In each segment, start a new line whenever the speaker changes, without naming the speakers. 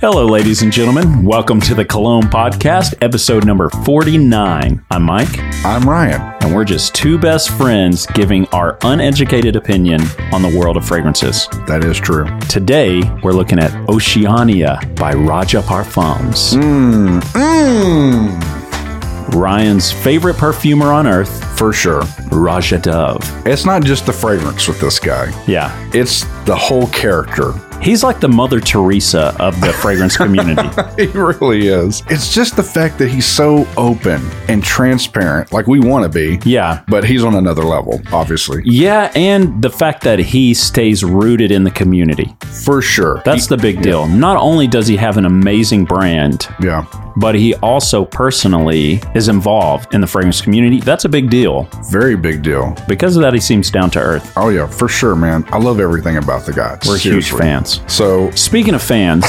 Hello, ladies and gentlemen. Welcome to the Cologne Podcast, episode number 49. I'm Mike,
I'm Ryan.
and we're just two best friends giving our uneducated opinion on the world of fragrances.
That is true.
Today, we're looking at Oceania by Raja Parfums,
Mmm.
Ryan's favorite perfumer on earth,
For sure.
Raja Dove.
It's not just the fragrance with this guy,
Yeah.
it's the whole character.
He's like the Mother Teresa of the fragrance community.
He really is. It's just the fact that he's so open and transparent, like we want to be.
Yeah.
But he's on another level, obviously.
Yeah, and the fact that he stays rooted in the community.
For sure.
That's the big deal. Not only does he have an amazing brand,
yeah.
but he also personally is involved in the fragrance community. That's a big deal.
Very big deal.
Because of that, he seems down to earth.
Oh, yeah. For sure, man. I love everything about the guy.
We're huge fans.
So,
Speaking of fans,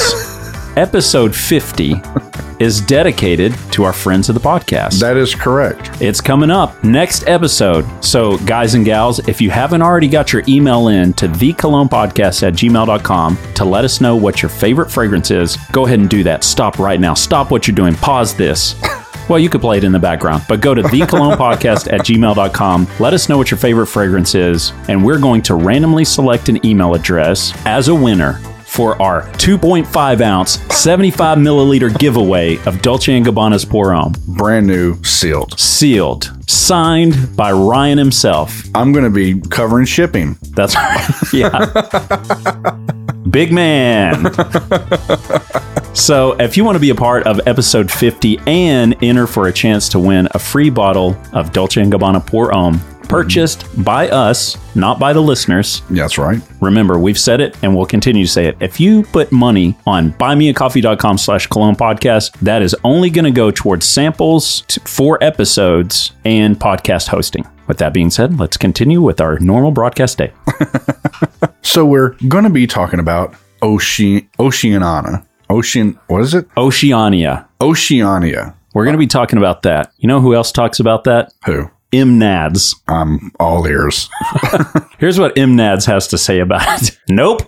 episode 50 is dedicated to our friends of the podcast.
that is correct.
It's coming up next episode. So, guys and gals, if you haven't already got your email in to thecolognepodcast at gmail.com to let us know what your favorite fragrance is, go ahead and do that. Stop right now. Stop what you're doing. Pause this. Well, you could play it in the background, but go to thecolognepodcast at gmail.com. Let us know what your favorite fragrance is, and we're going to randomly select an email address as a winner for our 2.5 ounce, 75 milliliter giveaway of Dolce & Gabbana's Pour Homme
Brand new, sealed.
sealed, signed by Ryan himself.
I'm going to be covering shipping.
That's yeah. Big man. so, if you want to be a part of episode 50 and enter for a chance to win a free bottle of Dolce & Gabbana Pour Homme purchased by us, not by the listeners.
Yeah, that's right.
Remember, we've said it and we'll continue to say it. If you put money on buymeacoffee.com slash cologne podcast, that is only going to go towards samples t- for episodes and podcast hosting. With that being said, let's continue with our normal broadcast day.
So we're going to be talking about Ocean Oceanana. Ocean what is it?
Oceania.
Oceania.
We're going to be talking about that. You know who else talks about that?
Who?
Imnads.
I'm all ears.
Here's what Imnads has to say about it. Nope.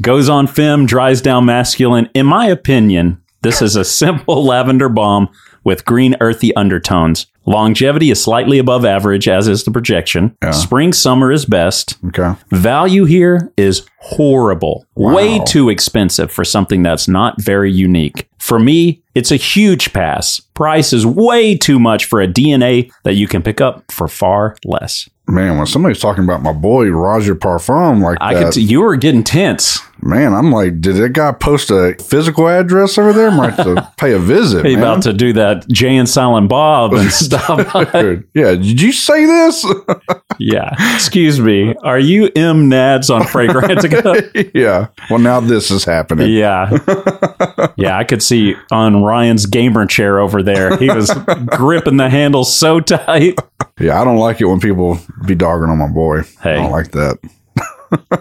Goes on femme, dries down masculine. In my opinion, this is a simple lavender balm with green earthy undertones. Longevity is slightly above average, as is the projection. Spring, summer is best.
Okay.
Value here is horrible. Way too expensive for something that's not very unique. For me, it's a huge pass. Price is way too much for a DNA that you can pick up for far less.
Man, when somebody's talking about my boy Roger Parfum like
I
that,
could. T- you were getting tense.
man, I'm like, did that guy post a physical address over there? Might have to pay a visit.
He
man.
about to do that Jay and Silent Bob and stuff.
Dude, yeah, did you say this?
yeah. Excuse me. Are you M Nads on Fragrantica?
yeah. Well, now this is happening.
yeah. Yeah, I could see on Ryan's gamer chair over there. He was gripping the handle so tight.
Yeah, I don't like it when people be dogging on my boy.
Hey.
I don't like that.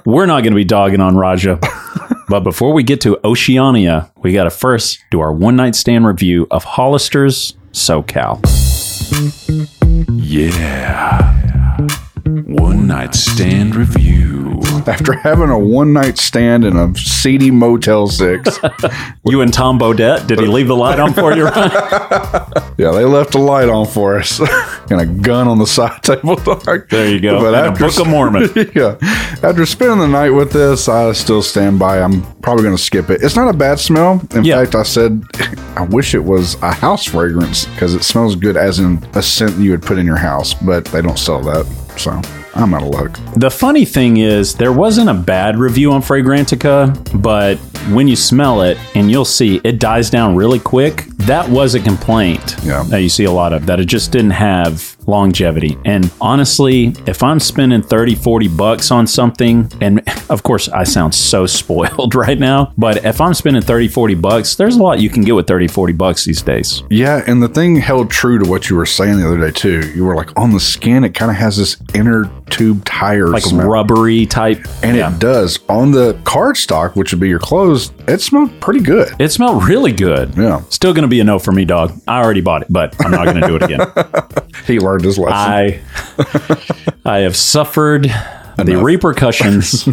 We're not going to be dogging on Raja. But before we get to Oceania, we got to first do our one night stand review of Hollister's SoCal.
One Night Stand Review.
After having a one night stand in a seedy Motel 6,
You and Tom Baudet, did he leave the light on for you, Ryan?
Yeah, they left a light on for us and a gun on the side table. Dog.
There you go.
But
And
after,
a Book of Mormon.
yeah, after spending the night with this, I still stand by. I'm probably going to skip it. It's not a bad smell. In
Yeah.
fact, I said I wish it was a house fragrance because it smells good, as in a scent you would put in your house. But they don't sell that, so I'm out of luck.
The funny thing is, there wasn't a bad review on Fragrantica, but when you smell it, and you'll see it dies down really quick, that was a complaint
Yeah.
that you see a lot of, that it just didn't have longevity. And honestly, if I'm spending 30, 40 bucks on something, and of course, I sound so spoiled right now, but if I'm spending 30, 40 bucks, there's a lot you can get with 30, 40 bucks these days.
Yeah, and the thing held true to what you were saying the other day too. You were like, on the skin, it kind of has this inner tube tire
Like
smell.
rubbery type.
And it does. On the cardstock, which would be your clothes, it smelled pretty good.
It smelled really good.
Yeah.
Still going to be a no for me, dog. I already bought it, but I'm not going to do it again.
He learned his lesson.
I I have suffered the repercussions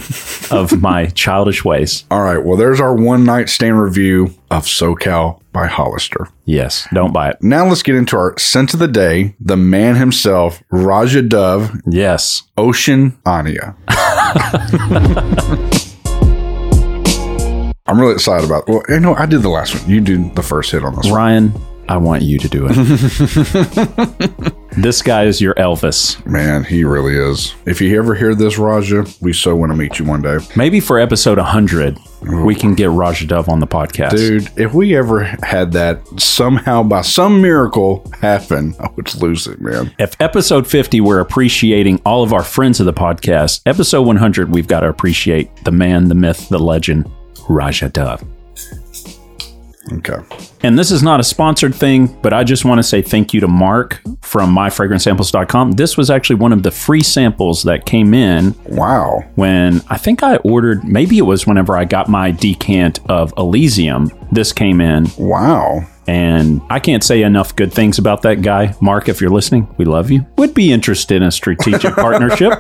of my childish ways.
All right. Well, there's our one night stand review of SoCal by Hollister.
Yes, don't buy it.
Now let's get into our scent of the day. The man himself, Raja Dove,
Yes.
Ocean Anya. I'm really excited about. Well, you know, I did the last one. You do the first hit on this one.
Ryan, I want you to do it. this guy is your Elvis.
Man, he really is. If you ever hear this, Raja, we so want to meet you one day.
Maybe for episode 100, we can get Raja Dove on the podcast.
Dude, if we ever had that somehow by some miracle happen, I would lose it, man.
If episode 50, we're appreciating all of our friends of the podcast, episode 100, we've got to appreciate the man, the myth, the legend, Raja Dove.
Okay.
And this is not a sponsored thing, but I just want to say thank you to Mark from myfragrancesamples.com. This was actually one of the free samples that came in
Wow.
when I think I ordered, maybe it was whenever I got my decant of Elysium. This came in,
Wow.
and I can't say enough good things about that guy. Mark, if you're listening, we love you. Would be interested in a strategic partnership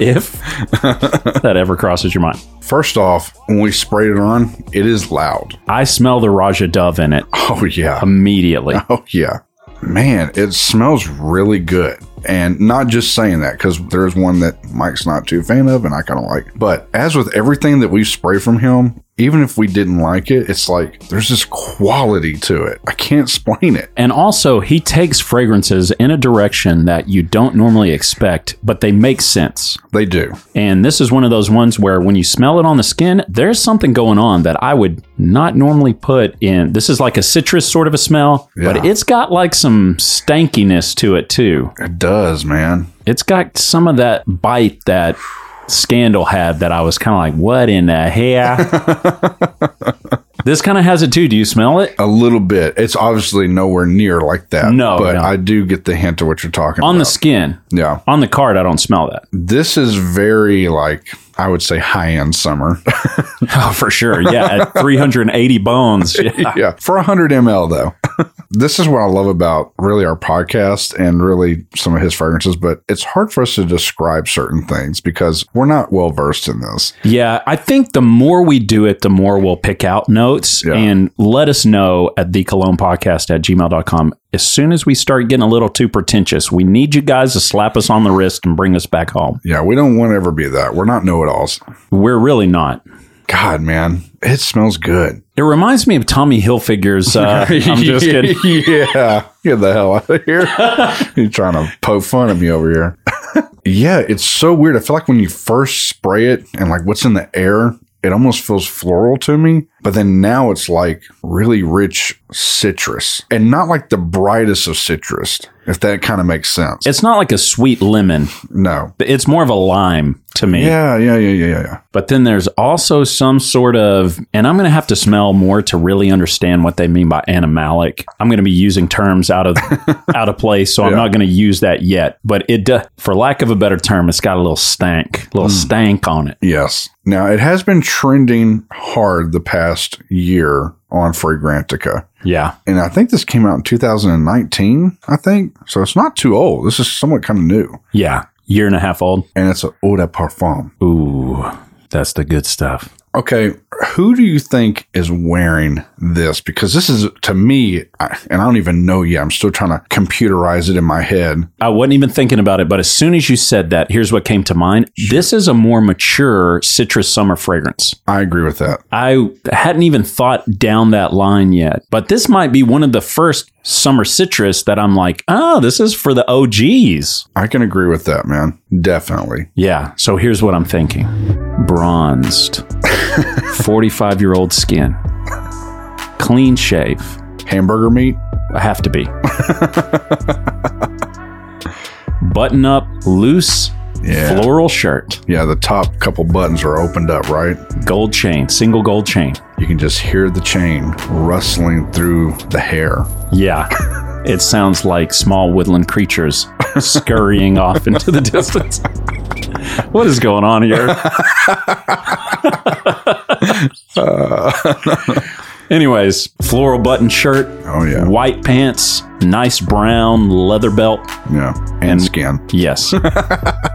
if that ever crosses your mind.
First off, when we sprayed it on, it is loud.
I smell the Raja Dove in it
Oh, yeah.
immediately.
Oh, yeah. Man, it smells really good. And not just saying that because there's one that Mike's not too fan of and I kind of like. But as with everything that we spray from him, even if we didn't like it, it's like there's this quality to it. I can't explain it.
And also, he takes fragrances in a direction that you don't normally expect, but they make sense.
They do.
And this is one of those ones where when you smell it on the skin, there's something going on that I would not normally put in. This is like a citrus sort of a smell, but
Yeah.
it's got like some stankiness to it too.
It does, man.
It's got some of that bite that Scandal had that I was kind of like, what in the hell? this kind of has it too. Do you smell it?
A little bit. It's obviously nowhere near like that.
No,
But
no.
I do get the hint of what you're talking
On the
about.
skin.
yeah.
On the card, I don't smell that.
This is very like, I would say high end summer.
Oh, for sure. Yeah. At 380 bones. Yeah.
yeah, for 100 ml though. this is what I love about really our podcast and really some of his fragrances, but it's hard for us to describe certain things because we're not well versed in this.
Yeah, I think the more we do it, the more we'll pick out notes
Yeah.
and let us know at the cologne podcast at gmail.com. As soon as we start getting a little too pretentious, we need you guys to slap us on the wrist and bring us back home.
Yeah, we don't want to ever be that. We're not know it alls.
We're really not.
God, man, it smells good.
It reminds me of Tommy Hilfiger's. Uh, I'm just kidding.
yeah, get the hell out of here. You're trying to poke fun at me over here. yeah, it's so weird. I feel like when you first spray it and like what's in the air, it almost feels floral to me. But then now it's like really rich citrus and not like the brightest of citrus, if that kind of makes sense.
It's not like a sweet lemon,
no.
but it's more of a lime to me.
Yeah, yeah, yeah, yeah, yeah, yeah.
But then there's also some sort of, and I'm going to have to smell more to really understand what they mean by animalic. I'm going to be using terms out of out of place, so I'm
Yeah.
not going to use that yet. But it, do- for lack of a better term, it's got a little stank, little stank on it.
Yes. Now it has been trending hard the past year on Fragrantica.
Yeah,
And I think this came out in 2019, I think. So it's not too old. This is somewhat kind of new.
yeah, year and a half old.
And it's an eau de parfum.
Ooh, that's the good stuff.
Okay. Who do you think is wearing this? Because this is, to me, I, and I don't even know yet. I'm still trying to computerize it in my head.
I wasn't even thinking about it, but as soon as you said that, here's what came to mind. This is a more mature citrus summer fragrance.
I agree with that.
I hadn't even thought down that line yet, but this might be one of the first summer citrus that I'm like, oh, this is for the OGs.
I can agree with that, man. Definitely.
Yeah. So here's what I'm thinking bronzed, 45 year old skin, clean shave.
Hamburger meat?
I have to be. Button up, loose,
Yeah.
floral shirt,
Yeah. The top couple buttons are opened up, right?
gold chain, single gold chain.
You can just hear the chain rustling through the hair.
Yeah. It sounds like small woodland creatures scurrying off into the distance. What is going on here? Anyways, floral button shirt,
Oh, yeah.
white pants, nice brown leather belt.
Yeah. And, skin.
Yes.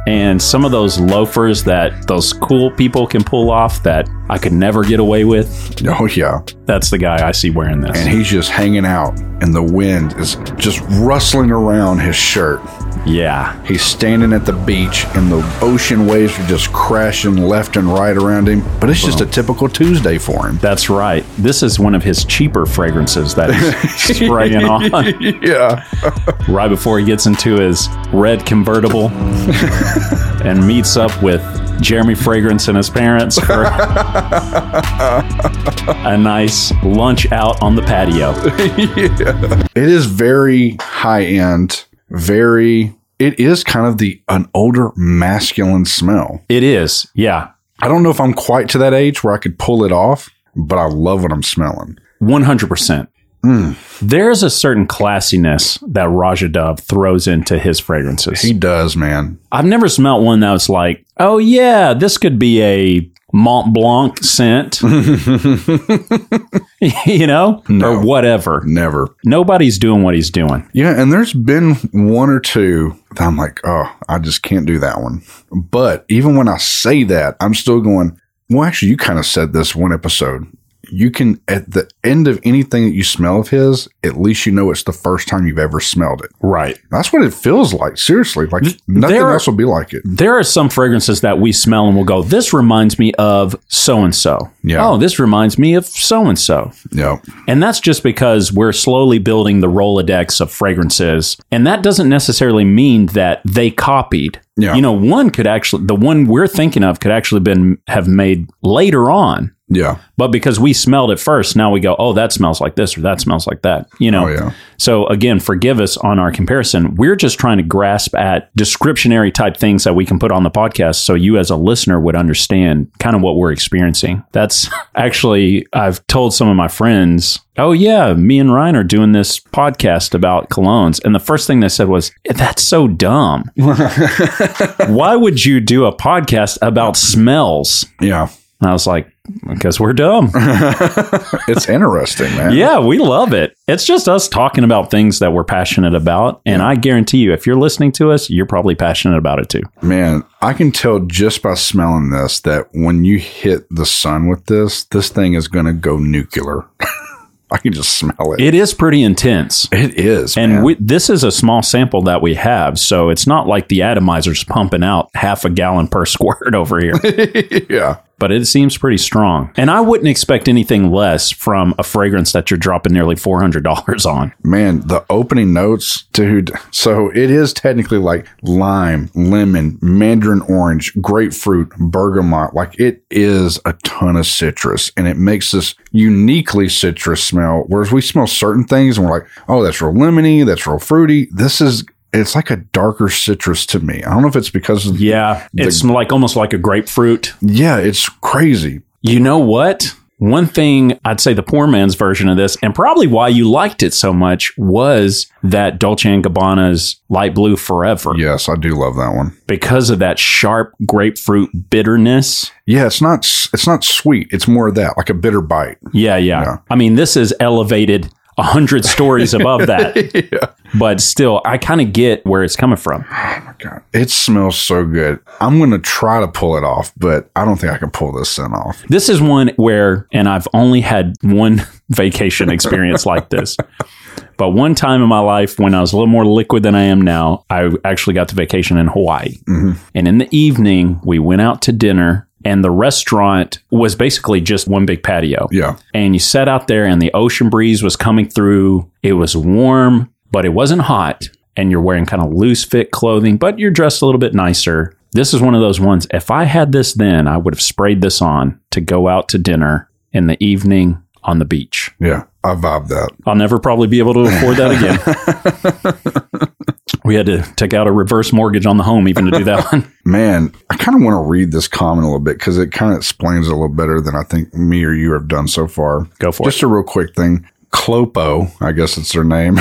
and some of those loafers that those cool people can pull off that I could never get away with.
Oh, yeah.
That's the guy I see wearing this.
And he's just hanging out, and the wind is just rustling around his shirt.
yeah.
He's standing at the beach, and the ocean waves are just crashing left and right around him. But it's just a typical Tuesday for him.
That's right. This is one of his cheaper fragrances that he's spraying on
Yeah.
right before he gets into his red convertible and meets up with Jeremy Fragrance and his parents for a nice lunch out on the patio.
It is very high end, very. It is kind of the an older masculine smell.
It is. Yeah.
I don't know if I'm quite to that age where I could pull it off, but I love what I'm smelling.
100%. There's a certain classiness that Raja Dove throws into his fragrances.
He does, man.
I've never smelt one that was like, oh yeah, this could be a Mont Blanc scent, you know, or whatever.
Never.
Nobody's doing what he's doing.
Yeah, and there's been one or two that I'm like, oh, I just can't do that one. But even when I say that, I'm still going, well, actually, you kind of said this one episode. You can, at the end of anything that you smell of his, at least you know it's the first time you've ever smelled it.
Right.
That's what it feels like. Seriously, like nothing
there-
else will be like it.
There are some fragrances that we smell and we'll go, this reminds me of so and so.
Yeah.
Oh, this reminds me of so and so.
Yeah.
And that's just because we're slowly building the Rolodex of fragrances. And that doesn't necessarily mean that they copied.
Yeah.
You know, one could actually the one we're thinking of could actually been have made later on.
Yeah.
But because we smelled it first, now we go, oh, that smells like this or that smells like that. You know?
Oh, yeah.
So again, forgive us on our comparison. We're just trying to grasp at descriptionary type things that we can put on the podcast so you as a listener would understand kind of what we're experiencing. That's actually, I've told some of my friends, oh, yeah, me and Ryan are doing this podcast about colognes. And the first thing they said was, "Eh, that's so dumb. Why would you do a podcast about smells?
Yeah.
And I was like, because we're dumb.
It's interesting, man.
Yeah, we love it. It's just us talking about things that we're passionate about. And I guarantee you, if you're listening to us, you're probably passionate about it too.
Man, I can tell just by smelling this that when you hit the sun with this, this thing is going to go nuclear. I can just smell it.
It is pretty intense.
it is.
And
man.
we, this is a small sample that we have. So it's not like the atomizer's pumping out half a gallon per squirt over here,
yeah.
but it seems pretty strong. And I wouldn't expect anything less from a fragrance that you're dropping nearly $400 on.
Man, the opening notes, dude. So it is technically like lime, lemon, mandarin orange, grapefruit, bergamot. Like it is a ton of citrus and it makes this uniquely citrus smell. Whereas we smell certain things and we're like, oh, that's real lemony, that's real fruity. This is, it's like a darker citrus to me. I don't know if it's because, of,
Yeah. It's like almost like a grapefruit.
yeah, it's crazy.
You know what? One thing I'd say the poor man's version of this, and probably why you liked it so much, was that Dolce and Gabbana's light blue forever
Yes, I do love that one.
because of that sharp grapefruit bitterness.
Yeah, it's not, s- it's not sweet. It's more of that, like a bitter bite.
Yeah, yeah. I mean, this is elevated a hundred stories above that, but still, I kind of get where it's coming from.
God, it smells so good. I'm going to try to pull it off, but I don't think I can pull this scent off.
This is one where, and I've only had one vacation experience like this. But one time in my life when I was a little more liquid than I am now, I actually got to vacation in Hawaii. And in the evening, we went out to dinner, and the restaurant was basically just one big patio.
Yeah.
And you sat out there, and the ocean breeze was coming through. It was warm, but it wasn't hot. And you're wearing kind of loose fit clothing, but you're dressed a little bit nicer. This is one of those ones. If I had this then, I would have sprayed this on to go out to dinner in the evening on the beach.
Yeah. I vibe that.
I'll never probably be able to afford that again. we had to take out a reverse mortgage on the home even to do that one.
Man, I kind of want to read this comment a little bit because it kind of explains it a little better than I think me or you have done so far.
Go for
Just a real quick thing. Clopo, I guess it's their name,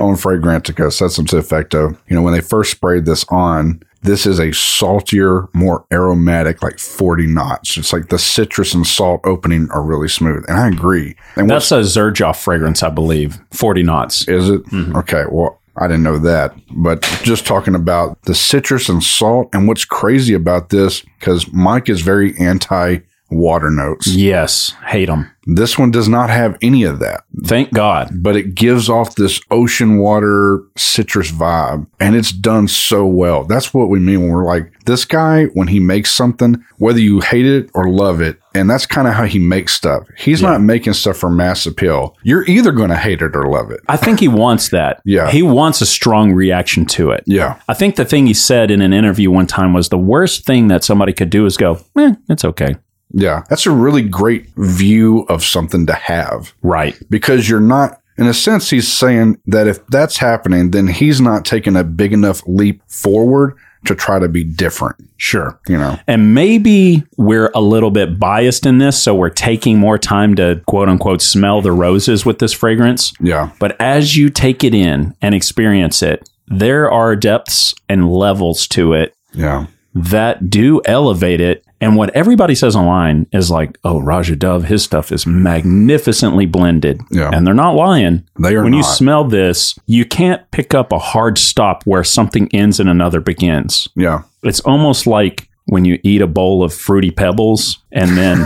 on Fragrantica, sets them to effecto. You know, when they first sprayed this on, This is a saltier, more aromatic, like 40 knots. It's like the citrus and salt opening are really smooth. And I agree. And
That's a Zerjoff fragrance, I believe. 40 knots.
Is it? Okay. Well, I didn't know that. But just talking about the citrus and salt, and what's crazy about this, because Mike is very anti water notes.
Yes. Hate them.
This one does not have any of that,
Thank God.
but it gives off this ocean water citrus vibe, and it's done so well. That's what we mean when we're like, this guy, when he makes something, whether you hate it or love it, and that's kind of how he makes stuff. He's not making stuff for mass appeal. You're either going to hate it or love it.
I think he wants that.
Yeah.
He wants a strong reaction to it.
Yeah.
I think the thing he said in an interview one time was the worst thing that somebody could do is go, eh, it's okay.
Yeah, that's a really great view of something to have
Right.
because you're not, in a sense, he's saying that if that's happening, then he's not taking a big enough leap forward to try to be different,
Sure.
you know?
And maybe we're a little bit biased in this, so we're taking more time to quote unquote smell the roses with this fragrance.
Yeah.
But as you take it in and experience it, there are depths and levels to it
Yeah.
that do elevate it. And what everybody says online is like, oh, Raja Dove, his stuff is magnificently blended.
Yeah.
And they're not lying.
They are
when you
not.
smell this, you can't pick up a hard stop where something ends and another begins.
Yeah.
It's almost like when you eat a bowl of fruity pebbles and then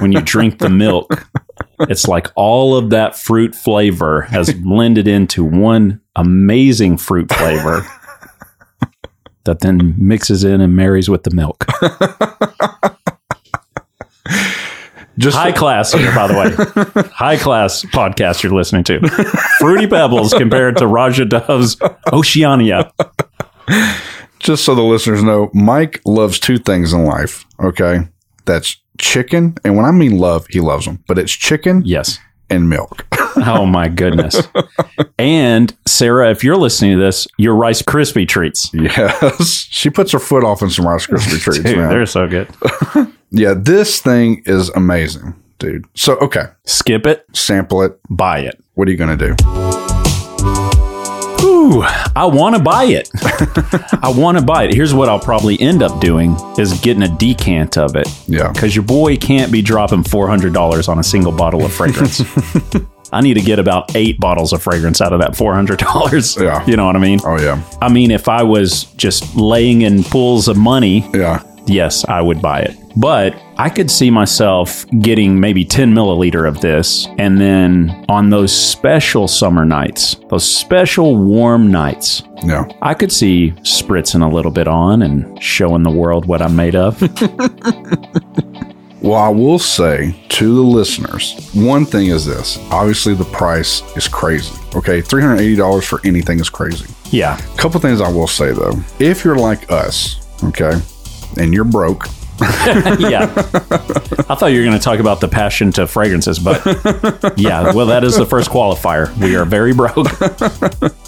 when you drink the milk, it's like all of that fruit flavor has blended into one amazing fruit flavor that then mixes in and marries with the milk.
Just
High class here, by the way. High class podcast you're listening to. Fruity Pebbles compared to Raja Dove's Oceania.
just so the listeners know, Mike loves two things in life, okay? That's chicken, and when I mean love, he loves them, but it's chicken
Yes.
and milk.
Oh my goodness. And Sarah, if you're listening to this, your Rice Krispie treats.
yes. She puts her foot off in some Rice Krispie treats,
Dude,
man.
they're so good.
Yeah, this thing is amazing, dude. So, okay,
Skip it,
sample it.
buy it.
What are you going to do?
Ooh, I want to buy it. I want to buy it. Here's what I'll probably end up doing is getting a decant of it
Yeah.
because your boy can't be dropping $400 on a single bottle of fragrance. I need to get about eight bottles of fragrance out of that $400.
Yeah.
You know what I mean?
Oh, yeah.
I mean, if I was just laying in pools of money,
Yeah.
yes, I would buy it. But I could see myself getting maybe 10 milliliter of this. And then on those special summer nights, those special warm nights,
Yeah.
I could see spritzing a little bit on and showing the world what I'm made of.
Well, I will say to the listeners, one thing is this obviously, the price is crazy. Okay. $380 for anything is crazy.
yeah.
couple things I will say, though. If you're like us, okay, and you're broke,
Yeah. I thought you were going to talk about the passion to fragrances, but yeah, well, that is the first qualifier. We are very broke.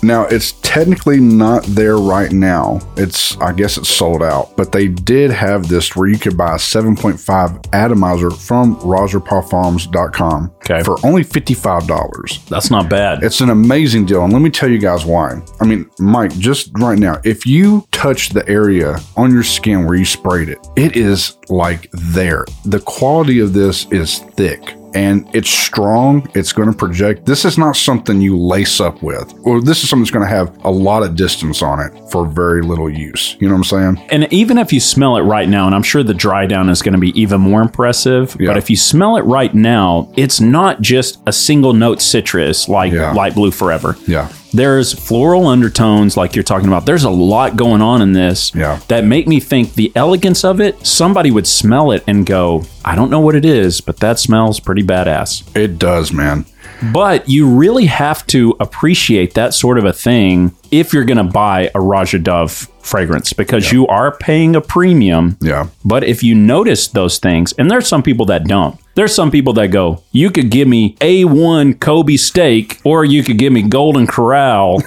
Now it's technically not there right now. It's I guess it's sold out, but they did have this where you could buy a 7.5 atomizer from RogerParfums.com
Okay.
for only $55.
That's not bad.
It's an amazing deal, and let me tell you guys why. I mean, Mike, just right now, if you touch the area on your skin where you sprayed it, it is like there. The quality of this is thick. And it's strong. It's going to project. This is not something you lace up with, or this is something that's going to have a lot of distance on it for very little use. You know what I'm saying?
And even if you smell it right now, and I'm sure the dry down is going to be even more impressive,
Yeah.
but if you smell it right now, it's not just a single note citrus like
Yeah.
light blue forever.
Yeah.
There's floral undertones like you're talking about. There's a lot going on in this
Yeah.
that make me think the elegance of it. Somebody would smell it and go, I don't know what it is, but that smells pretty badass.
It does, man.
But you really have to appreciate that sort of a thing if you're going to buy a Raja Dove fragrance because you are paying a premium.
Yeah.
But if you notice those things, and there's some people that don't. There's some people that go, you could give me A1 Kobe steak, or you could give me Golden Corral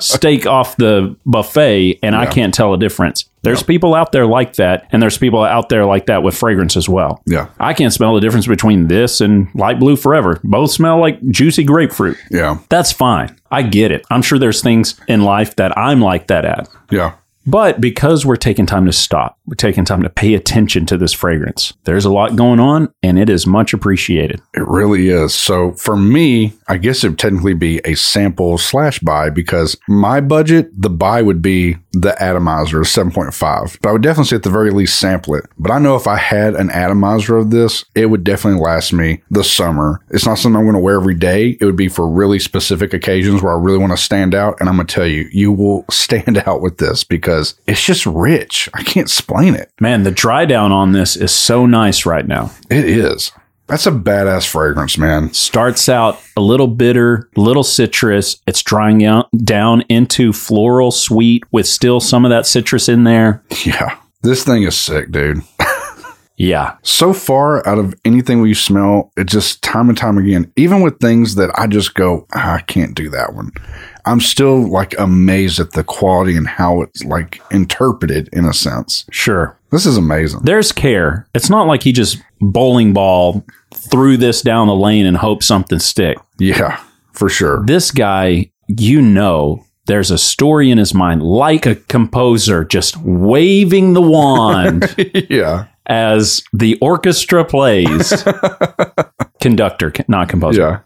steak off the buffet, and I can't tell a difference. There's people out there like that, and there's people out there like that with fragrance as well.
Yeah.
I can't smell the difference between this and light blue forever. Both smell like juicy grapefruit.
Yeah.
That's fine. I get it. I'm sure there's things in life that I'm like that at.
Yeah.
But because we're taking time to stop, we're taking time to pay attention to this fragrance. There's a lot going on and it is much appreciated.
It really is. So for me, I guess it would technically be a sample slash buy because my budget, the buy would be the atomizer 7.5. But I would definitely say at the very least sample it. But I know if I had an atomizer of this, it would definitely last me the summer. It's not something I'm going to wear every day. It would be for really specific occasions where I really want to stand out. And I'm going to tell you, you will stand out with this because it's just rich. I can't explain it.
Man, the dry down on this is so nice right now.
It is. That's a badass fragrance, man.
starts out a little bitter, little citrus. It's drying out down into floral sweet with still some of that citrus in there.
Yeah. This thing is sick, dude.
Yeah.
So far, out of anything we smell, it just time and time again, even with things that I just go, "Ah, I can't do that one. I'm still like amazed at the quality and how it's like interpreted in a sense.
Sure.
This is amazing.
There's care. It's not like he just bowling ball threw this down the lane and hoped something stick.
Yeah, for sure.
This guy, you know, there's a story in his mind, like a composer just waving the wand
yeah.
as the orchestra plays. Conductor, not composer.
Yeah.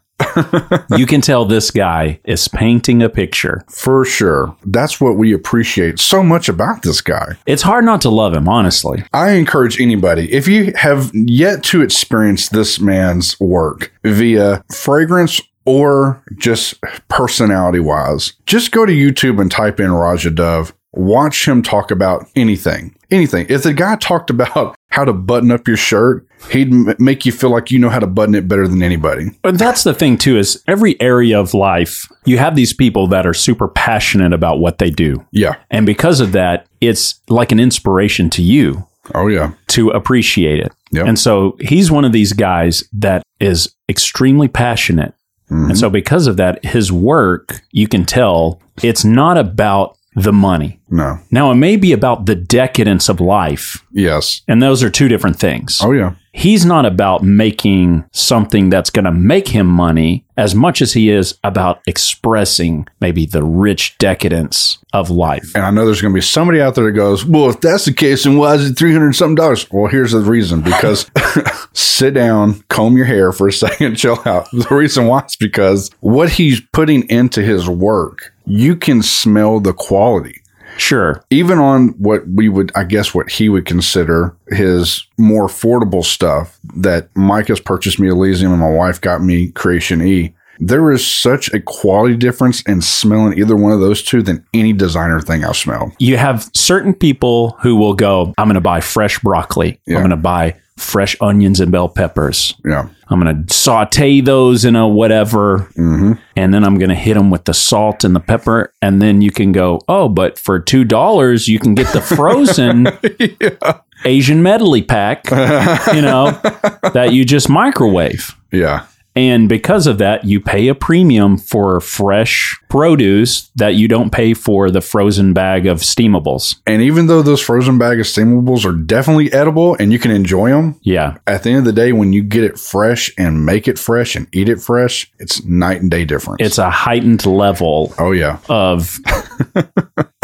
you can tell this guy is painting a picture.
For sure. That's what we appreciate so much about this guy.
It's hard not to love him, honestly.
I encourage anybody, if you have yet to experience this man's work via fragrance or just personality wise, just go to YouTube and type in Raja Dove. Watch him talk about anything. Anything. If the guy talked about how to button up your shirt, he'd m- make you feel like you know how to button it better than anybody.
But that's the thing too is every area of life, you have these people that are super passionate about what they do.
Yeah.
And because of that, it's like an inspiration to you
Oh, yeah.
to appreciate it.
Yep.
And so he's one of these guys that is extremely passionate.
Mm-hmm.
And so because of that, his work, you can tell it's not about the money.
No.
Now, it may be about the decadence of life,
Yes.
and those are two different things.
Oh, yeah.
he's not about making something that's going to make him money as much as he is about expressing maybe the rich decadence of life.
And I know there's going to be somebody out there that goes, well, if that's the case, then why is it 300 something dollars? Well, here's the reason because sit down, comb your hair for a second, chill out. The reason why is because what he's putting into his work, you can smell the quality.
Sure.
Even on what we would, I guess, what he would consider his more affordable stuff that Mike has purchased me Elysium and my wife got me Creation E. There is such a quality difference in smelling either one of those two than any designer thing I've smelled.
You have certain people who will go, I'm going to buy fresh broccoli.
Yeah.
I'm going to buy fresh onions and bell peppers.
Yeah.
I'm going to saute those in a whatever.
Mm-hmm.
And then I'm going to hit them with the salt and the pepper. And then you can go, oh, but for $2, you can get the frozen Asian medley pack, you know, that you just microwave.
Yeah.
And because of that, you pay a premium for fresh produce that you don't pay for the frozen bag of steamables.
And even though those frozen bag of steamables are definitely edible and you can enjoy them,
Yeah.
at the end of the day, when you get it fresh and make it fresh and eat it fresh, it's night and day difference.
It's a heightened level
oh yeah,
of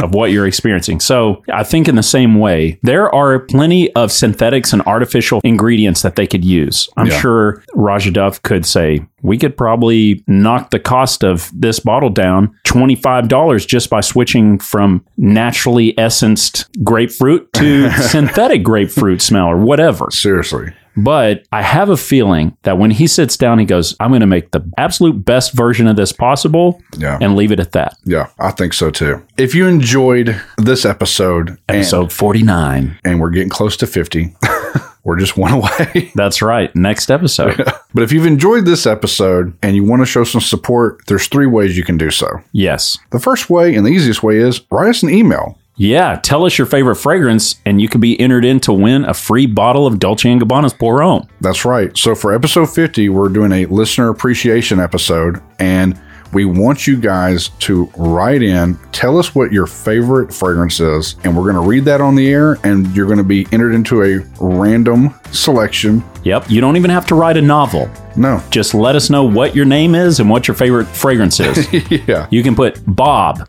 of what you're experiencing. So, I think in the same way, there are plenty of synthetics and artificial ingredients that they could use. I'm
Yeah.
sure Raja Dove could say, "We could probably knock the cost of this bottle down $25 just by switching from naturally essenced grapefruit to synthetic grapefruit smell or whatever."
seriously.
But I have a feeling that when he sits down, he goes, I'm going to make the absolute best version of this possible
Yeah.
and leave it at that.
Yeah, I think so too. If you enjoyed this episode, and-
Episode 49.
and we're getting close to 50, we're just one away.
That's right. Next episode.
but if you've enjoyed this episode and you want to show some support, there's three ways you can do so.
yes.
The first way and the easiest way is write us an email.
Yeah. Tell us your favorite fragrance, and you could be entered in to win a free bottle of Dolce & Gabbana's Pour Homme.
That's right. So for episode 50, we're doing a listener appreciation episode, and we want you guys to write in, tell us what your favorite fragrance is, and we're going to read that on the air, and you're going to be entered into a random selection.
Yep. You don't even have to write a novel.
No.
Just let us know what your name is and what your favorite fragrance is.
Yeah.
you can put Bob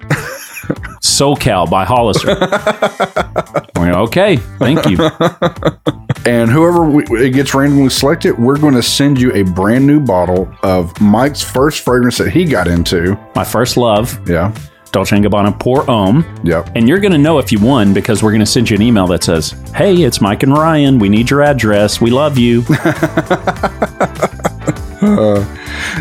SoCal by Hollister. We're like, okay, thank you.
And whoever we, it gets randomly selected, we're going to send you a brand new bottle of Mike's first fragrance that he got into.
My first love,
Yeah.
Dolce & Gabbana Pour Homme.
Yep.
And you're going to know if you won because we're going to send you an email that says, Hey, it's Mike and Ryan. We need your address. We love you.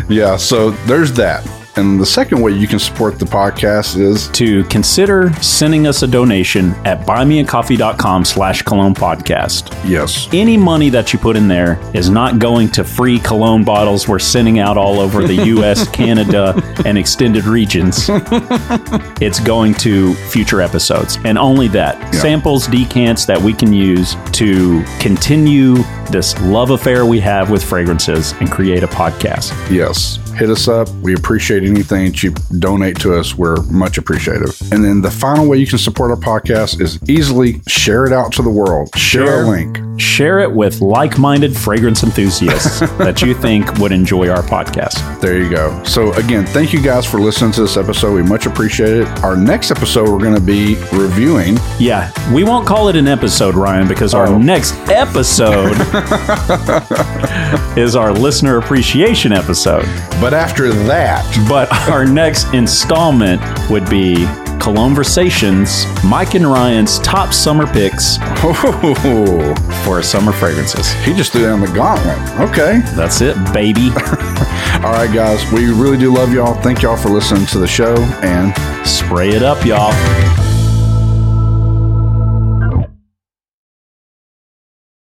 Yeah. So there's that. And the second way you can support the podcast is
to consider sending us a donation at buymeacoffee.com slash cologne podcast.
yes.
any money that you put in there is not going to free cologne bottles we're sending out all over the US, Canada, and extended regions. it's going to future episodes and only that. Samples, decants that we can use to continue this love affair we have with fragrances and create a podcast.
Yes. Hit us up. We appreciate anything that you donate to us. We're much appreciative. And then the final way you can support our podcast is easily share it out to the world. Share,
Share.
a link.
Share it with like minded fragrance enthusiasts that you think would enjoy our podcast.
There you go. So, again, thank you guys for listening to this episode. We much appreciate it. Our next episode, we're going to be reviewing
Yeah, we won't call it an episode, Ryan, because our
Oh.
next episode is our listener appreciation episode.
But after that,
But our next installment would be Conversations, Mike and Ryan's top summer picks for summer fragrances.
he just threw down the gauntlet. Okay.
That's it, baby.
All right, guys. We really do love y'all. Thank y'all for listening to the show. And
Spray it up, y'all.